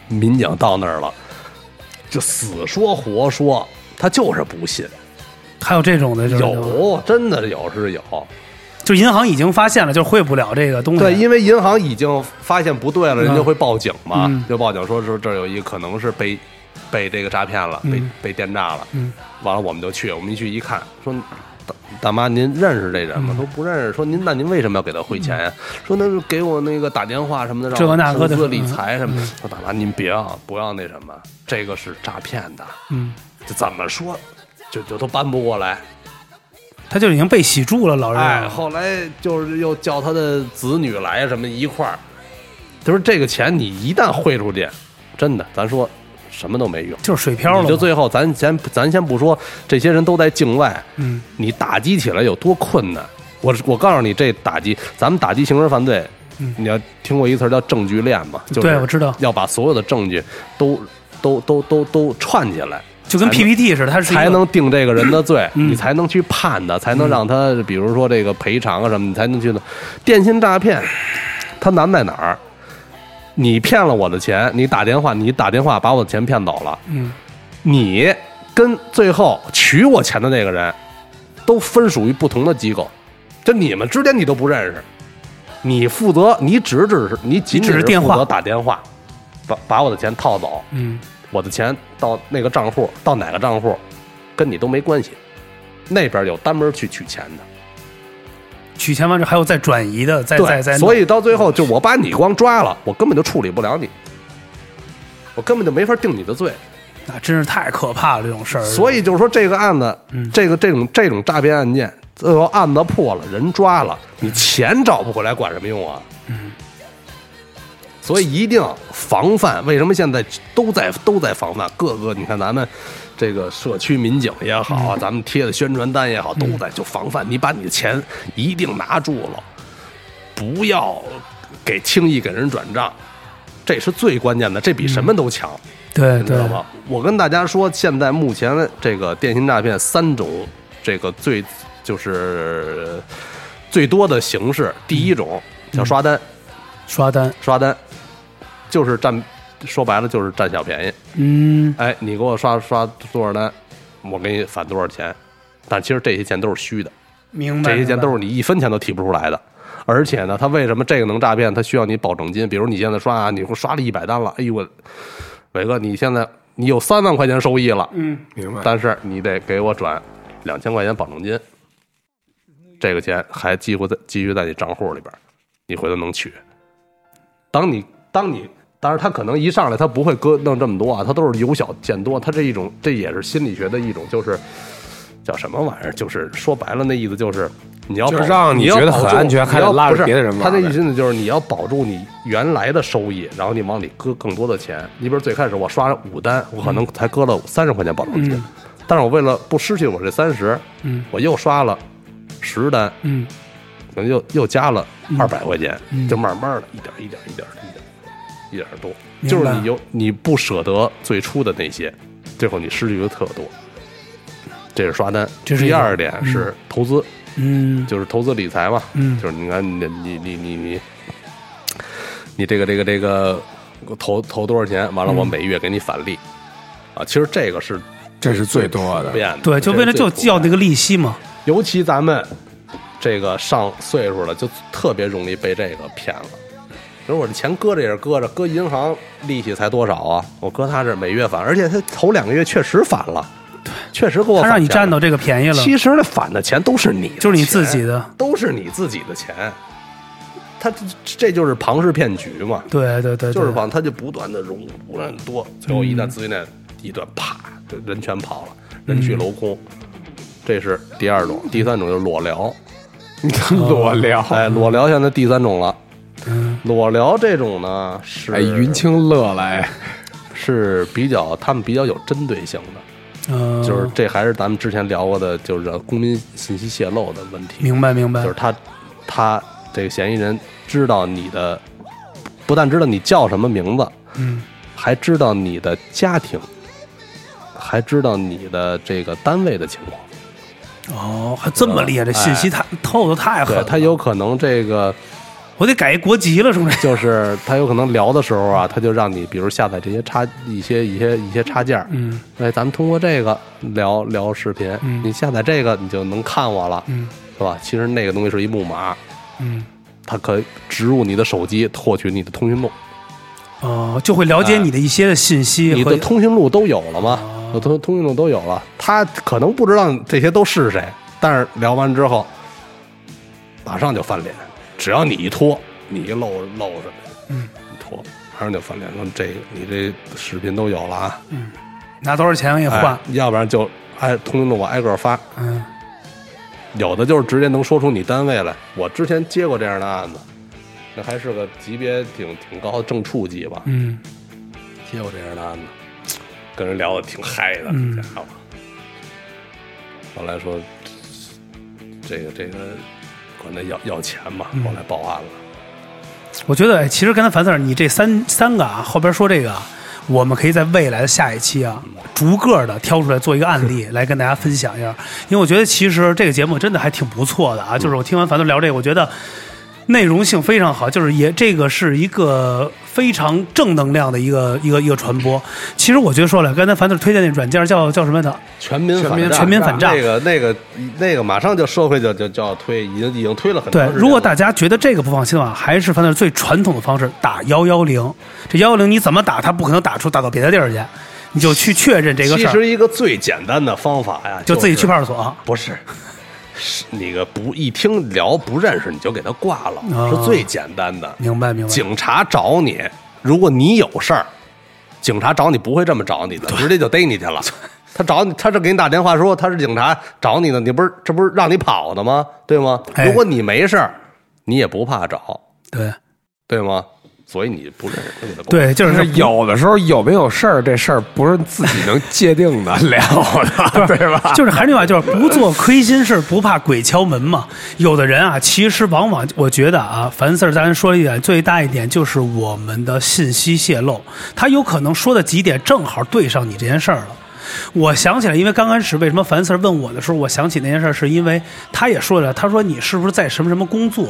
[SPEAKER 3] 民警到那儿了，就死说活说，他就是不信。
[SPEAKER 1] 还有这种的，就是
[SPEAKER 3] 有，真的有是有。
[SPEAKER 1] 就银行已经发现了，就汇不了这个东西。
[SPEAKER 3] 对，因为银行已经发现不对了，人家
[SPEAKER 1] 嗯
[SPEAKER 3] 会报警嘛，
[SPEAKER 1] 嗯
[SPEAKER 3] 就报警说说这儿有一个可能是被被这个诈骗了，
[SPEAKER 1] 嗯
[SPEAKER 3] 被被电诈了。
[SPEAKER 1] 嗯
[SPEAKER 3] 完了我们就去，我们一去一看，说大大妈您认识这人
[SPEAKER 1] 嗯
[SPEAKER 3] 吗？说不认识。说您那您为什么要给他汇钱呀、说那是给我那个打电话什么的，
[SPEAKER 1] 这
[SPEAKER 3] 让
[SPEAKER 1] 个
[SPEAKER 3] 我
[SPEAKER 1] 那个的
[SPEAKER 3] 投资
[SPEAKER 1] 嗯
[SPEAKER 3] 理财什么的。说大妈您别啊，不要那什么，这个是诈骗的，
[SPEAKER 1] 嗯，
[SPEAKER 3] 这怎么说？就就都搬不过来，
[SPEAKER 1] 他就已经被洗住了，老人。
[SPEAKER 3] 哎，后来就是又叫他的子女来什么一块儿，就是这个钱你一旦汇出去，真的，咱说什么都没用。
[SPEAKER 1] 就是水漂了
[SPEAKER 3] 你
[SPEAKER 1] 嘛。
[SPEAKER 3] 就最后，咱先咱先不说，这些人都在境外，
[SPEAKER 1] 嗯
[SPEAKER 3] 你打击起来有多困难？我我告诉你，这打击，咱们打击刑事犯罪，
[SPEAKER 1] 嗯
[SPEAKER 3] 你要听过一词儿叫证据链嘛？就是、
[SPEAKER 1] 对我知道
[SPEAKER 3] 要把所有的证据都都都都都串起来，
[SPEAKER 1] 就跟
[SPEAKER 3] 才能
[SPEAKER 1] PPT 似的，他是一个
[SPEAKER 3] 才能定这个人的罪，
[SPEAKER 1] 嗯
[SPEAKER 3] 你才能去判他，才能让他，比如说这个赔偿啊什么，你才能去弄。电信诈骗，它难在哪儿？你骗了我的钱，你打电话，你打电话把我的钱骗走了，
[SPEAKER 1] 嗯
[SPEAKER 3] 你跟最后取我钱的那个人，都分属于不同的机构，就你们之间你都不认识，你负责，你只只是你仅
[SPEAKER 1] 只
[SPEAKER 3] 仅
[SPEAKER 1] 是电话
[SPEAKER 3] 负责打电话，把把我的钱套走，
[SPEAKER 1] 嗯
[SPEAKER 3] 我的钱到那个账户，到哪个账户，跟你都没关系。那边有单门去取钱的，
[SPEAKER 1] 取钱完之后还有再转移的，再再再弄，
[SPEAKER 3] 所以到最后就我把你光抓了，我根本就处理不了你，我根本就没法定你的罪。
[SPEAKER 1] 啊，真是太可怕了这种事儿。
[SPEAKER 3] 所以就是说这个案子，
[SPEAKER 1] 嗯
[SPEAKER 3] 这个这种这种诈骗案件，最后案子破了，人抓了，
[SPEAKER 1] 嗯
[SPEAKER 3] 你钱找不回来，管什么用啊？所以一定防范。为什么现在都在都在防范？各个你看咱们这个社区民警也好，啊
[SPEAKER 1] 嗯
[SPEAKER 3] 咱们贴的宣传单也好，都在就防范。你把你的钱一定拿住了，不要给轻易给人转账，这是最关键的，这比
[SPEAKER 1] 嗯
[SPEAKER 3] 什么都强。
[SPEAKER 1] 对
[SPEAKER 3] 你知
[SPEAKER 1] 对
[SPEAKER 3] 道，吗？我跟大家说，现在目前这个电信诈骗三种，这个最就是最多的形式，第一种
[SPEAKER 1] 嗯
[SPEAKER 3] 叫刷单，
[SPEAKER 1] 刷单，
[SPEAKER 3] 刷单就是占，说白了就是占小便宜。
[SPEAKER 1] 嗯，
[SPEAKER 3] 哎，你给我刷刷多少单，我给你返多少钱。但其实这些钱都是虚的，
[SPEAKER 1] 明白。
[SPEAKER 3] 这些钱
[SPEAKER 1] 明白
[SPEAKER 3] 都是你一分钱都提不出来的。而且呢，他为什么这个能诈骗？他需要你保证金，比如你现在刷啊，你说刷了一百单了，哎呦我，伟哥，你现在你有三万块钱收益了，
[SPEAKER 1] 嗯
[SPEAKER 2] 明白。
[SPEAKER 3] 但是你得给我转两千块钱保证金，这个钱还继续在继续在你账户里边儿，你回头能取。当你当你，当然他可能一上来他不会搁弄这么多啊，他都是由小见多，他这一种这也是心理学的一种，就是叫什么玩意儿？就是说白了那意思就是你要
[SPEAKER 2] 就
[SPEAKER 3] 保
[SPEAKER 2] 让你
[SPEAKER 3] 你要
[SPEAKER 2] 觉得
[SPEAKER 3] 保
[SPEAKER 2] 很
[SPEAKER 3] 住
[SPEAKER 2] 安全
[SPEAKER 3] 你
[SPEAKER 2] 开始
[SPEAKER 3] 要
[SPEAKER 2] 拉着
[SPEAKER 3] 不是
[SPEAKER 2] 别的人
[SPEAKER 3] 他
[SPEAKER 2] 玩
[SPEAKER 3] 那
[SPEAKER 2] 儿
[SPEAKER 3] 意
[SPEAKER 2] 呗
[SPEAKER 3] 思就是你要保住你原来的收益，然后你往里搁更多的钱。你比如最开始我刷五单，我可能才搁了三十块钱保证金，
[SPEAKER 1] 嗯
[SPEAKER 3] 但是我为了不失去我这三十，
[SPEAKER 1] 嗯
[SPEAKER 3] 我又刷了十单，
[SPEAKER 1] 嗯，
[SPEAKER 3] 可能又又加了二百块钱，
[SPEAKER 1] 嗯
[SPEAKER 3] 就慢慢的一点儿一点儿一点儿一点儿一点儿多，
[SPEAKER 1] 明白
[SPEAKER 3] 就是你有你不舍得最初的那些，最后你失去的特多。这是刷单，
[SPEAKER 1] 这是一
[SPEAKER 3] 第
[SPEAKER 1] 个
[SPEAKER 3] 二点是投资，
[SPEAKER 1] 嗯
[SPEAKER 3] 就是投资理财嘛，
[SPEAKER 1] 嗯
[SPEAKER 3] 就是你看你你你你你，你这个这个这个投投多少钱，完了
[SPEAKER 1] 嗯
[SPEAKER 3] 我每月给你返利，啊，其实这个是
[SPEAKER 2] 这是最多的
[SPEAKER 3] 普遍的，
[SPEAKER 1] 对，就为了
[SPEAKER 3] 这
[SPEAKER 1] 就是
[SPEAKER 3] 最普
[SPEAKER 1] 要
[SPEAKER 3] 遍
[SPEAKER 1] 那个利息嘛。
[SPEAKER 3] 的，尤其咱们这个上岁数了，就特别容易被这个骗了。比如我这钱搁着也是搁着，搁银行利息才多少啊？我搁他这每月返，而且他头两个月确实返了，对，确实给我
[SPEAKER 1] 他让
[SPEAKER 3] 返
[SPEAKER 1] 你
[SPEAKER 3] 钱
[SPEAKER 1] 占
[SPEAKER 3] 了
[SPEAKER 1] 到这个便宜了，
[SPEAKER 3] 其实那返的钱都是你的钱，
[SPEAKER 1] 就是你自己的
[SPEAKER 3] 都是你自己的钱。他这这就是庞氏骗局嘛，
[SPEAKER 1] 对对啊对，对
[SPEAKER 3] 就是往他就不断的融，不断地多，最后一旦资金链一断，啪，就人全跑了，人去楼空。这是第二种，第三种就是裸聊。
[SPEAKER 2] 裸聊。
[SPEAKER 3] 哎，裸聊现在第三种了。
[SPEAKER 1] 哦嗯
[SPEAKER 3] 裸聊这种呢是
[SPEAKER 2] 哎，云清乐来，
[SPEAKER 3] 是比较他们比较有针对性的，
[SPEAKER 1] 嗯，
[SPEAKER 3] 就是这还是咱们之前聊过的，就是公民信息泄露的问题。
[SPEAKER 1] 明白明白
[SPEAKER 3] 就是，他，他这个嫌疑人知道你的，不但知道你叫什么名字，
[SPEAKER 1] 嗯
[SPEAKER 3] 还知道你的家庭，还知道你的这个单位的情况。
[SPEAKER 1] 哦，还这么厉害，这信息太透的太狠
[SPEAKER 3] 哎对
[SPEAKER 1] 了。
[SPEAKER 3] 他有可能这个
[SPEAKER 1] 我得改一国籍了，是不 是？
[SPEAKER 3] 就是他有可能聊的时候啊，他就让你比如下载这些插一些一些一些插件，
[SPEAKER 1] 嗯，
[SPEAKER 3] 哎，咱们通过这个聊聊视频，
[SPEAKER 1] 嗯
[SPEAKER 3] 你下载这个你就能看我了，
[SPEAKER 1] 嗯
[SPEAKER 3] 是吧？其实那个东西是一木马，
[SPEAKER 1] 嗯，
[SPEAKER 3] 它可以植入你的手机，获取你的通讯录，
[SPEAKER 1] 哦、就会了解你的一些的信息
[SPEAKER 3] 哎你
[SPEAKER 1] 和
[SPEAKER 3] 的通讯录都有了吗？
[SPEAKER 1] 哦
[SPEAKER 3] 我通通讯录都有了，他可能不知道这些都是谁，但是聊完之后，马上就翻脸，只要你一拖，你一露露什么，
[SPEAKER 1] 嗯，
[SPEAKER 3] 一拖，马上就翻脸，说这个你这视频都有了啊，
[SPEAKER 1] 拿多少钱我也换
[SPEAKER 3] 哎。要不然就挨通讯录我挨个发，
[SPEAKER 1] 嗯，
[SPEAKER 3] 有的就是直接能说出你单位来。我之前接过这样的案子，那还是个级别挺挺高的正处级吧，
[SPEAKER 1] 嗯，
[SPEAKER 3] 接过这样的案子，跟人聊的挺嗨的，
[SPEAKER 1] 嗯
[SPEAKER 3] 这家伙。后来说，这个这个管他要要钱嘛，
[SPEAKER 1] 嗯
[SPEAKER 3] 后来报案了。
[SPEAKER 1] 我觉得哎其实刚才樊 Sir 你这三三个啊，后边说这个啊，我们可以在未来的下一期啊，逐个的挑出来做一个案例来跟大家分享一下，因为我觉得其实这个节目真的还挺不错的啊，就是我听完樊 Sir 聊这个，我觉得。内容性非常好，就是也这个是一个非常正能量的一个一个一个传播。其实我觉得说了，刚才樊 Sir 推荐那软件叫叫什么的？
[SPEAKER 3] 全民
[SPEAKER 2] 全民
[SPEAKER 3] 反
[SPEAKER 2] 全
[SPEAKER 1] 民反诈
[SPEAKER 3] 那个那个那个，马上就社会就就就要推，已经已经推了很多
[SPEAKER 1] 对
[SPEAKER 3] 时间，了。
[SPEAKER 1] 如果大家觉得这个不放心的话，还是反正最传统的方式，打幺幺零。这幺幺零你怎么打，他不可能打出打到别的地儿去，你就去确认这个
[SPEAKER 3] 其
[SPEAKER 1] 事儿，
[SPEAKER 3] 实一个最简单的方法呀，
[SPEAKER 1] 就自己
[SPEAKER 3] 是
[SPEAKER 1] 去派出所。
[SPEAKER 3] 不是， 是那个不一听聊不认识你就给他挂了，
[SPEAKER 1] 哦
[SPEAKER 3] 是最简单的。
[SPEAKER 1] 明白明白。
[SPEAKER 3] 警察找你，如果你有事儿，警察找你不会这么找你的，直接就逮你去了。他找你，他是给你打电话说他是警察找你呢，你不是这不是让你跑的吗？对吗？
[SPEAKER 1] 哎
[SPEAKER 3] 如果你没事儿，你也不怕找，
[SPEAKER 1] 对
[SPEAKER 3] 对吗？所以你不认识就给他挂。
[SPEAKER 1] 对，就是
[SPEAKER 2] 但是
[SPEAKER 1] 不
[SPEAKER 2] 哎有的时候有没有事儿，这事儿不是自己能界定的聊的，对 吧？
[SPEAKER 1] 就是还是那句话，就是不做亏心事，不怕鬼敲门嘛。有的人啊，其实往往我觉得啊，凡事咱说一点，最大一点就是我们的信息泄露，他有可能说的几点正好对上你这件事儿了。我想起来，因为刚开始为什么樊 Sir 问我的时候，我想起那件事儿，是因为他也说了，他说你是不是在什么什么工作？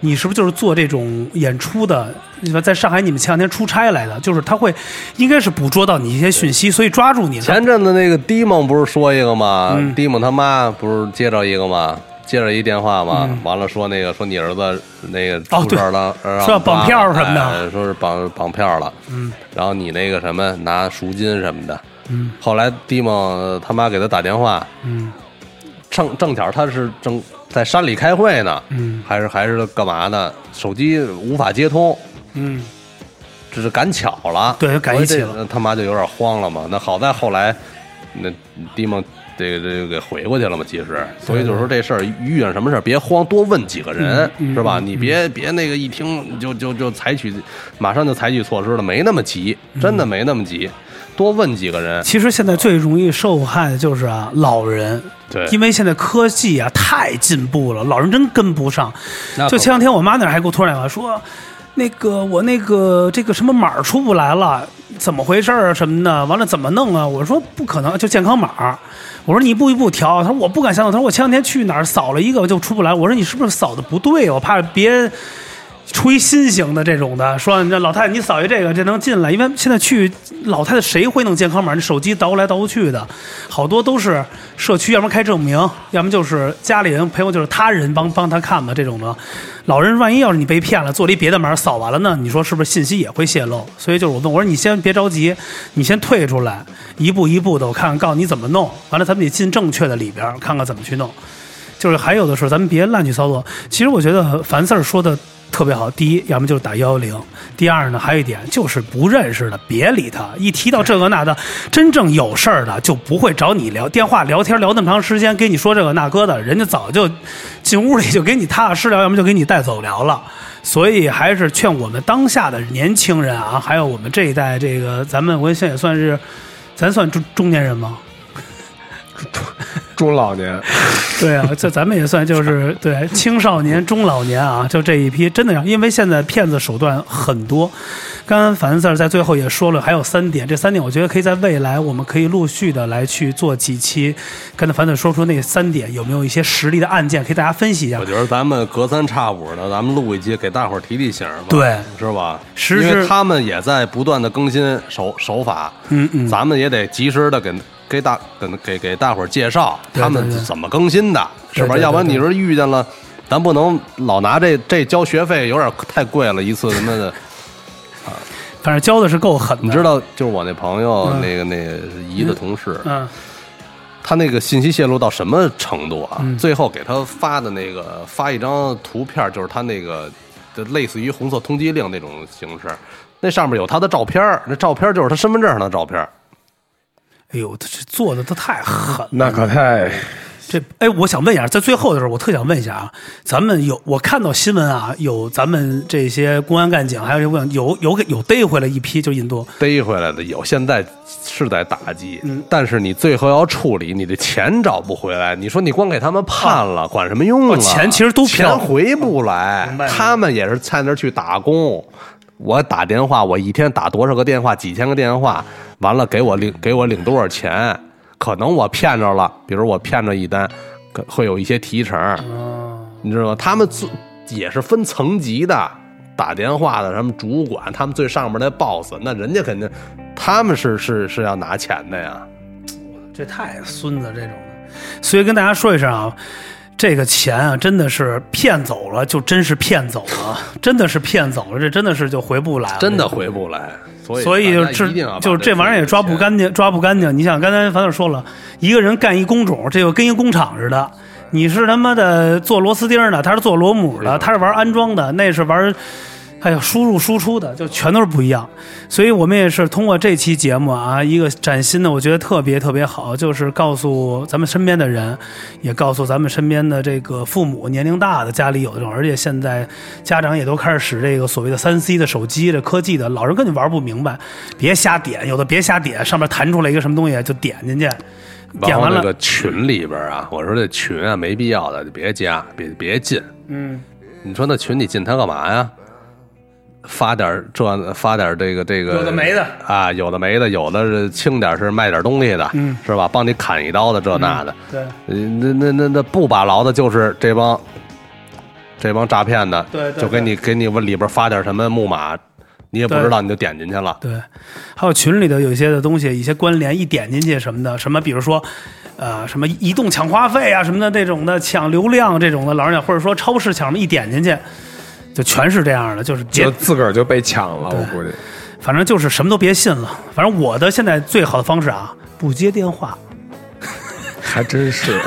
[SPEAKER 1] 你是不是就是做这种演出的？在上海，你们前两天出差来的，就是他会，应该是捕捉到你一些讯息，所以抓住你了。
[SPEAKER 3] 前阵子那个迪蒙不是说一个吗？
[SPEAKER 1] 嗯
[SPEAKER 3] 迪蒙他妈不是接着一个吗？接着一电话嘛，完了说那个说你儿子那个
[SPEAKER 1] 嗯哦
[SPEAKER 3] 出事儿了，让
[SPEAKER 1] 说要绑票什么的
[SPEAKER 3] 哎说是绑绑票了，嗯，然后你那个什么拿赎金什么的，嗯，后来迪蒙他妈给他打电话，嗯，正正巧他是正在山里开会呢，嗯，还是还是干嘛呢？手机无法接通，
[SPEAKER 1] 嗯，
[SPEAKER 3] 这是赶巧了，
[SPEAKER 1] 对赶一起了
[SPEAKER 3] 所以这他妈就有点慌了嘛。那好在后来，那迪蒙这个这个给回过去了嘛，其实，所以就是说这事儿遇见什么事儿别慌，多问几个
[SPEAKER 1] 嗯
[SPEAKER 3] 人、是吧？你别别那个一听就就就采取，马上就采取措施了，没那么急，
[SPEAKER 1] 嗯
[SPEAKER 3] 真的没那么急，多问几个人。
[SPEAKER 1] 其实现在最容易受害的就是啊老人，
[SPEAKER 3] 对
[SPEAKER 1] 因为现在科技啊太进步了，老人真跟不上。
[SPEAKER 3] 那
[SPEAKER 1] 就
[SPEAKER 3] 可
[SPEAKER 1] 前两天我妈那儿还给我突然电话说，那个我那个这个什么码儿出不来了，怎么回事儿啊什么的，完了怎么弄啊？我说不可能，就健康码儿。我说你一步一步调，她说我不敢想，她说我前两天去哪儿扫了一个就出不来。我说你是不是扫的不对？我怕别。出一新型的这种的，说你这老太太你扫一这个，这能进来，因为现在去老太太谁会弄健康码？你手机倒过来倒过去的，好多都是社区，要么开证明，要么就是家里人陪我，就是他人帮帮他看吧这种的。老人万一要是你被骗了，做了一别的码扫完了呢，你说是不是信息也会泄露？所以就是我问我说你先别着急，你先退出来，一步一步的，我看看告诉你怎么弄，完了咱们得进正确的里边儿，看看怎么去弄。就是还有的时候，咱们别乱去操作。其实我觉得樊 Sir 说的特别好，第一，要么就是打幺幺零；第二呢，还有一点就是不认识的别理他，一提到这个那的，真正有事儿的就不会找你聊电话聊天聊那么长时间，跟你说这个那个的，人家早就进屋里就给你踏踏实聊，要么就给你带走聊了。所以还是劝我们当下的年轻人啊，还有我们这一代这个，咱们我现在也算是，咱算中中年人吗？
[SPEAKER 2] 中老年，
[SPEAKER 1] 对啊，这咱们也算就是对青少年、中老年啊，就这一批，真的要，因为现在骗子手段很多，刚刚凡 Sir 在最后也说了，还有三点，这三点我觉得可以在未来我们可以陆续的来去做几期。刚才凡 Sir 说出那三点，有没有一些实例的案件可以大家分析一下
[SPEAKER 3] 我？觉得咱们隔三差五的，咱们录一期给大伙儿提提醒儿嘛，
[SPEAKER 1] 对
[SPEAKER 3] 是吧？
[SPEAKER 1] 实
[SPEAKER 3] 因
[SPEAKER 1] 施
[SPEAKER 3] 为他们也在不断的更新手手法，
[SPEAKER 1] 嗯嗯
[SPEAKER 3] 咱们也得及时的给给大给给给大伙儿介绍
[SPEAKER 1] 对
[SPEAKER 3] 他们
[SPEAKER 1] 对对
[SPEAKER 3] 怎么更新的，
[SPEAKER 1] 对
[SPEAKER 3] 是吧？
[SPEAKER 1] 对对
[SPEAKER 3] 要不然
[SPEAKER 1] 对
[SPEAKER 3] 你说遇见了，咱不能老拿这这交学费有点太贵了，一次什 么的。
[SPEAKER 1] 反正教的是够狠的，
[SPEAKER 3] 你知？道，就是我那朋友
[SPEAKER 1] 嗯
[SPEAKER 3] 那个那个姨的同事，
[SPEAKER 1] 嗯，
[SPEAKER 3] 他那个信息泄露到什么程度啊？
[SPEAKER 1] 嗯
[SPEAKER 3] 最后给他发的那个发一张图片，就是他那个就类似于红色通缉令那种形式，那上面有他的照片儿，那照片就是他身份证上的照片儿。
[SPEAKER 1] 哎呦，这做的都太狠了。
[SPEAKER 2] 那可太
[SPEAKER 1] 这哎，我想问一下，在最后的时候，我特想问一下啊，咱们有我看到新闻啊，有咱们这些公安干警，还有这问有有给有逮回来一批，就印度
[SPEAKER 3] 逮回来的有，现在是在打击，
[SPEAKER 1] 嗯
[SPEAKER 3] 但是你最后要处理，你的钱找不回来。你说你光给他们判了，管什么用啊？
[SPEAKER 1] 哦钱其实都
[SPEAKER 3] 钱
[SPEAKER 1] 飘
[SPEAKER 3] 回不来
[SPEAKER 1] 明白，
[SPEAKER 3] 他们也是在那儿去打工。我打电话，我一天打多少个电话？几千个电话，完了给我领给我领多少钱？可能我骗着了，比如我骗着一单，可会有一些提成。你知道吗？他们最也是分层级的，打电话的什么主管，他们最上面那 boss，那人家肯定，他们是是是要拿钱的呀。
[SPEAKER 1] 这太孙子这种的，所以跟大家说一声啊，这个钱啊，真的是骗走了，就真是骗走了，真的是骗走了，这真的是就回不来了，
[SPEAKER 3] 真的回不来，所以
[SPEAKER 1] 所以就是
[SPEAKER 3] 大家一定要
[SPEAKER 1] 这
[SPEAKER 3] 把
[SPEAKER 1] 就是这玩意儿也抓不干净，抓不干净。你想，刚才樊总说了，一个人干一工种，这就跟一工厂似的。你是他妈的做螺丝钉的，他是做螺母的，他是玩安装的，那是玩。哎呀，输入输出的就全都是不一样，所以我们也是通过这期节目啊，一个崭新的，我觉得特别特别好，就是告诉咱们身边的人，也告诉咱们身边的这个父母，年龄大的家里有这种，而且现在家长也都开始使这个所谓的三 C 的手机的科技的，老人根本玩不明白，别瞎点，有的别瞎点，上面弹出来一个什么东西就点进去，点
[SPEAKER 3] 然后
[SPEAKER 1] 完
[SPEAKER 3] 那
[SPEAKER 1] 了，
[SPEAKER 3] 个群里边啊，我说这群啊没必要的，就别加，别别进。
[SPEAKER 1] 嗯，
[SPEAKER 3] 你说那群你进它干嘛呀？发点儿这发点儿这个这个
[SPEAKER 1] 有的没的
[SPEAKER 3] 啊，有的没的，有的是轻点儿是卖点儿东西的，
[SPEAKER 1] 嗯
[SPEAKER 3] 是吧？帮你砍一刀的这那的，
[SPEAKER 1] 对
[SPEAKER 3] 呃那那那那不把牢的就是这帮这帮诈骗的，
[SPEAKER 1] 对对
[SPEAKER 3] 就给你给你往里边发点什么木马，你也不
[SPEAKER 1] 对
[SPEAKER 3] 知道你就点进去了。
[SPEAKER 1] 对，还有群里头有一些的东西，一些关联一点进去什么的，什么比如说，呃，什么移动抢话费啊什么的那种的，抢流量这种的，老人家或者说超市抢什么一点进去，就全是这样的，就是别
[SPEAKER 2] 就自个儿就被抢了，我估计。
[SPEAKER 1] 反正就是什么都别信了。反正我的现在最好的方式啊，不接电话。
[SPEAKER 2] 还真是，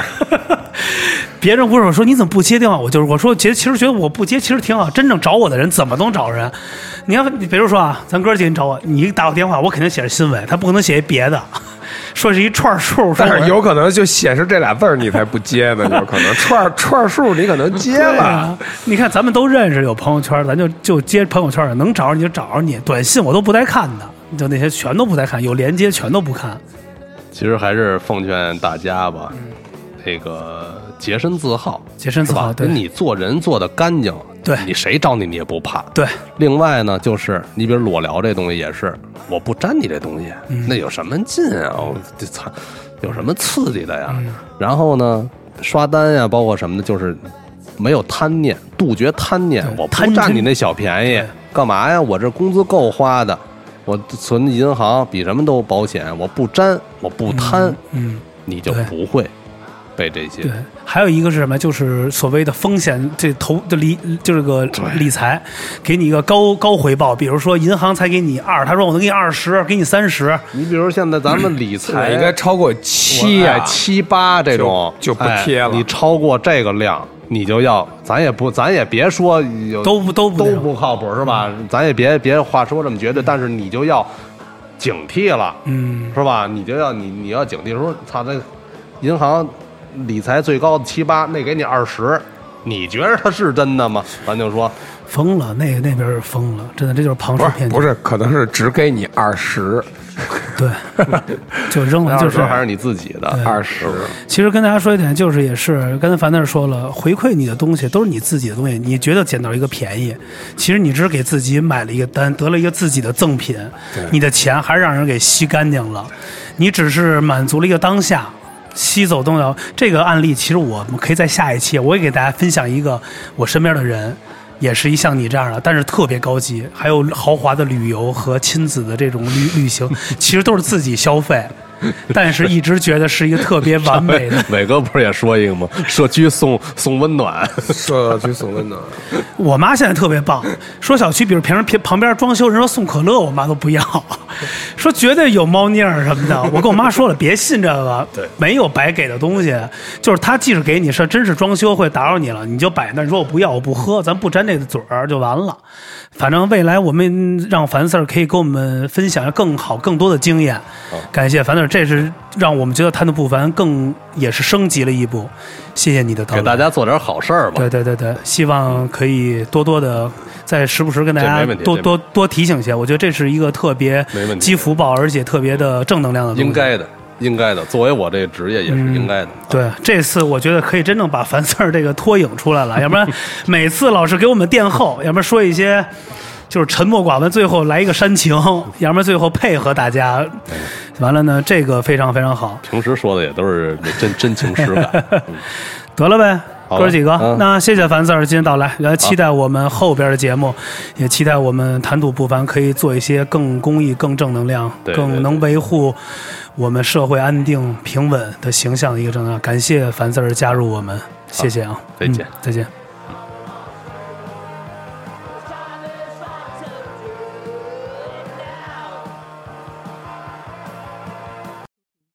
[SPEAKER 1] 别人不是说你怎么不接电话，我就是我说其实其实觉得我不接其实挺好。真正找我的人怎么能找人？你要你比如说啊，咱哥儿几个你找我，你打我电话，我肯定写着新闻，他不可能写一别的， 说是一串数。说
[SPEAKER 2] 但
[SPEAKER 1] 我
[SPEAKER 2] 是有可能就显示这俩字儿你才不接呢，有可能串儿串儿数你可能接
[SPEAKER 1] 对
[SPEAKER 2] 了，
[SPEAKER 1] 啊，你看咱们都认识，有朋友圈，咱就就接朋友圈，能找着你就找着你。短信我都不带看的，就那些全都不带看，有连接全都不看。
[SPEAKER 3] 其实还是奉劝大家吧，那个洁身自好，
[SPEAKER 1] 嗯洁身自好
[SPEAKER 3] 是吧
[SPEAKER 1] 对
[SPEAKER 3] 你做人做的干净，
[SPEAKER 1] 对
[SPEAKER 3] 你谁招你你也不怕。
[SPEAKER 1] 对，
[SPEAKER 3] 另外呢，就是你比如裸聊这东西也是，我不沾你这东西，
[SPEAKER 1] 嗯
[SPEAKER 3] 那有什么劲啊？我这操，有什么刺激的呀？
[SPEAKER 1] 嗯
[SPEAKER 3] 然后呢，刷单呀，包括什么的，就是没有贪念，杜绝贪念，我不
[SPEAKER 1] 贪
[SPEAKER 3] 占
[SPEAKER 1] 嗔
[SPEAKER 3] 你那小便宜
[SPEAKER 1] 对，
[SPEAKER 3] 干嘛呀？我这工资够花的。我存银行比什么都保险，我不沾，我不贪，
[SPEAKER 1] 嗯，
[SPEAKER 3] 你就
[SPEAKER 1] 对
[SPEAKER 3] 不会被这些
[SPEAKER 1] 对。还有一个是什么？就是所谓的风险，这投这理就是个理财，给你一个高高回报，比如说银行才给你二，他说我能给你二十，给你三十，
[SPEAKER 3] 你比如现在咱们理财
[SPEAKER 2] 哎应该超过
[SPEAKER 1] 哎
[SPEAKER 2] 七
[SPEAKER 3] 啊
[SPEAKER 2] 啊，
[SPEAKER 3] 七八这种
[SPEAKER 2] 就就不贴了
[SPEAKER 3] 哎你超过这个量，你就要，咱也不，咱也别说有
[SPEAKER 1] 都不都不
[SPEAKER 3] 都
[SPEAKER 1] 那种嗯
[SPEAKER 3] 不靠谱是吧？咱也别别话说这么绝对，但是你就要警惕了，
[SPEAKER 1] 嗯，
[SPEAKER 3] 是吧？你就要你你要警惕，说操那银行理财最高的七八，那给你二十。你觉得它是真的吗？咱就说，
[SPEAKER 1] 疯了，那那边是疯了，真的，这就是庞氏
[SPEAKER 2] 不
[SPEAKER 1] 骗局。
[SPEAKER 2] 是不是，可能是只给你二十，
[SPEAKER 1] 对，就扔 了，
[SPEAKER 3] 二
[SPEAKER 1] 就
[SPEAKER 3] 十
[SPEAKER 1] 是哎
[SPEAKER 3] 还是你自己的，
[SPEAKER 2] 二十
[SPEAKER 1] 其实跟大家说一点，就是也是刚才樊那儿说了，回馈你的东西都是你自己的东西，你觉得捡到一个便宜，其实你只是给自己买了一个单，得了一个自己的赠品，你的钱还让人给吸干净了，你只是满足了一个当下。吸走东西，这个案例其实我们可以在下一期，我也给大家分享一个我身边的人，也是一像你这样的，但是特别高级，还有豪华的旅游和亲子的这种旅旅行，其实都是自己消费，但是一直觉得是一个特别完美的。
[SPEAKER 3] 伟哥不是也说一个吗？社区送送温暖，
[SPEAKER 2] 社区送温暖，
[SPEAKER 1] 我妈现在特别棒，说小区，比如平时旁旁边装修人说送可乐，我妈都不要， 说绝对有猫腻儿什么的。我跟我妈说了，别信这个，对，没有白给的东西，就是他即使给你是真是装修会打扰你了，你就摆那儿，你说我不要，我不喝，咱不沾这个嘴儿就完了。反正未来我们让樊 Sir 可以给我们分享更好、更多的经验。感谢樊 Sir，这是让我们觉得贪的不凡更也是升级了一步。谢谢你的到
[SPEAKER 3] 给
[SPEAKER 1] 来。
[SPEAKER 3] 大家做点好事儿吧
[SPEAKER 1] 对。对对对，希望可以多多的在时不时跟大
[SPEAKER 3] 这
[SPEAKER 1] 家
[SPEAKER 3] 没问题
[SPEAKER 1] 多
[SPEAKER 3] 这没
[SPEAKER 1] 多多提醒一下，我觉得这是一个特别
[SPEAKER 3] 没问题
[SPEAKER 1] 积福报，而且特别的正能量的东西。
[SPEAKER 3] 应该的，应该的。作为我这职业也是应该的。
[SPEAKER 1] 对，这次我觉得可以真正把樊四儿这个脱颖出来 了，要不然每次老是给我们垫后，要不然说一些就是沉默寡闻，最后来一个煽情，
[SPEAKER 3] 嗯
[SPEAKER 1] 要不然最后配合大家，完了呢，这个非常非常好，
[SPEAKER 3] 平时说的也都是真真情实感。嗯
[SPEAKER 1] 得了呗。
[SPEAKER 3] 好了
[SPEAKER 1] 哥儿几个，
[SPEAKER 3] 嗯
[SPEAKER 1] 那谢谢樊四儿今天到来，来期待我们后边的节目，也期待我们谈吐不凡可以做一些更公益、更正能量、
[SPEAKER 3] 对对
[SPEAKER 1] 更能维护我们社会安定平稳的形象的一个正能量。感谢樊四儿加入我们，谢谢啊，
[SPEAKER 3] 再见
[SPEAKER 1] 嗯再见。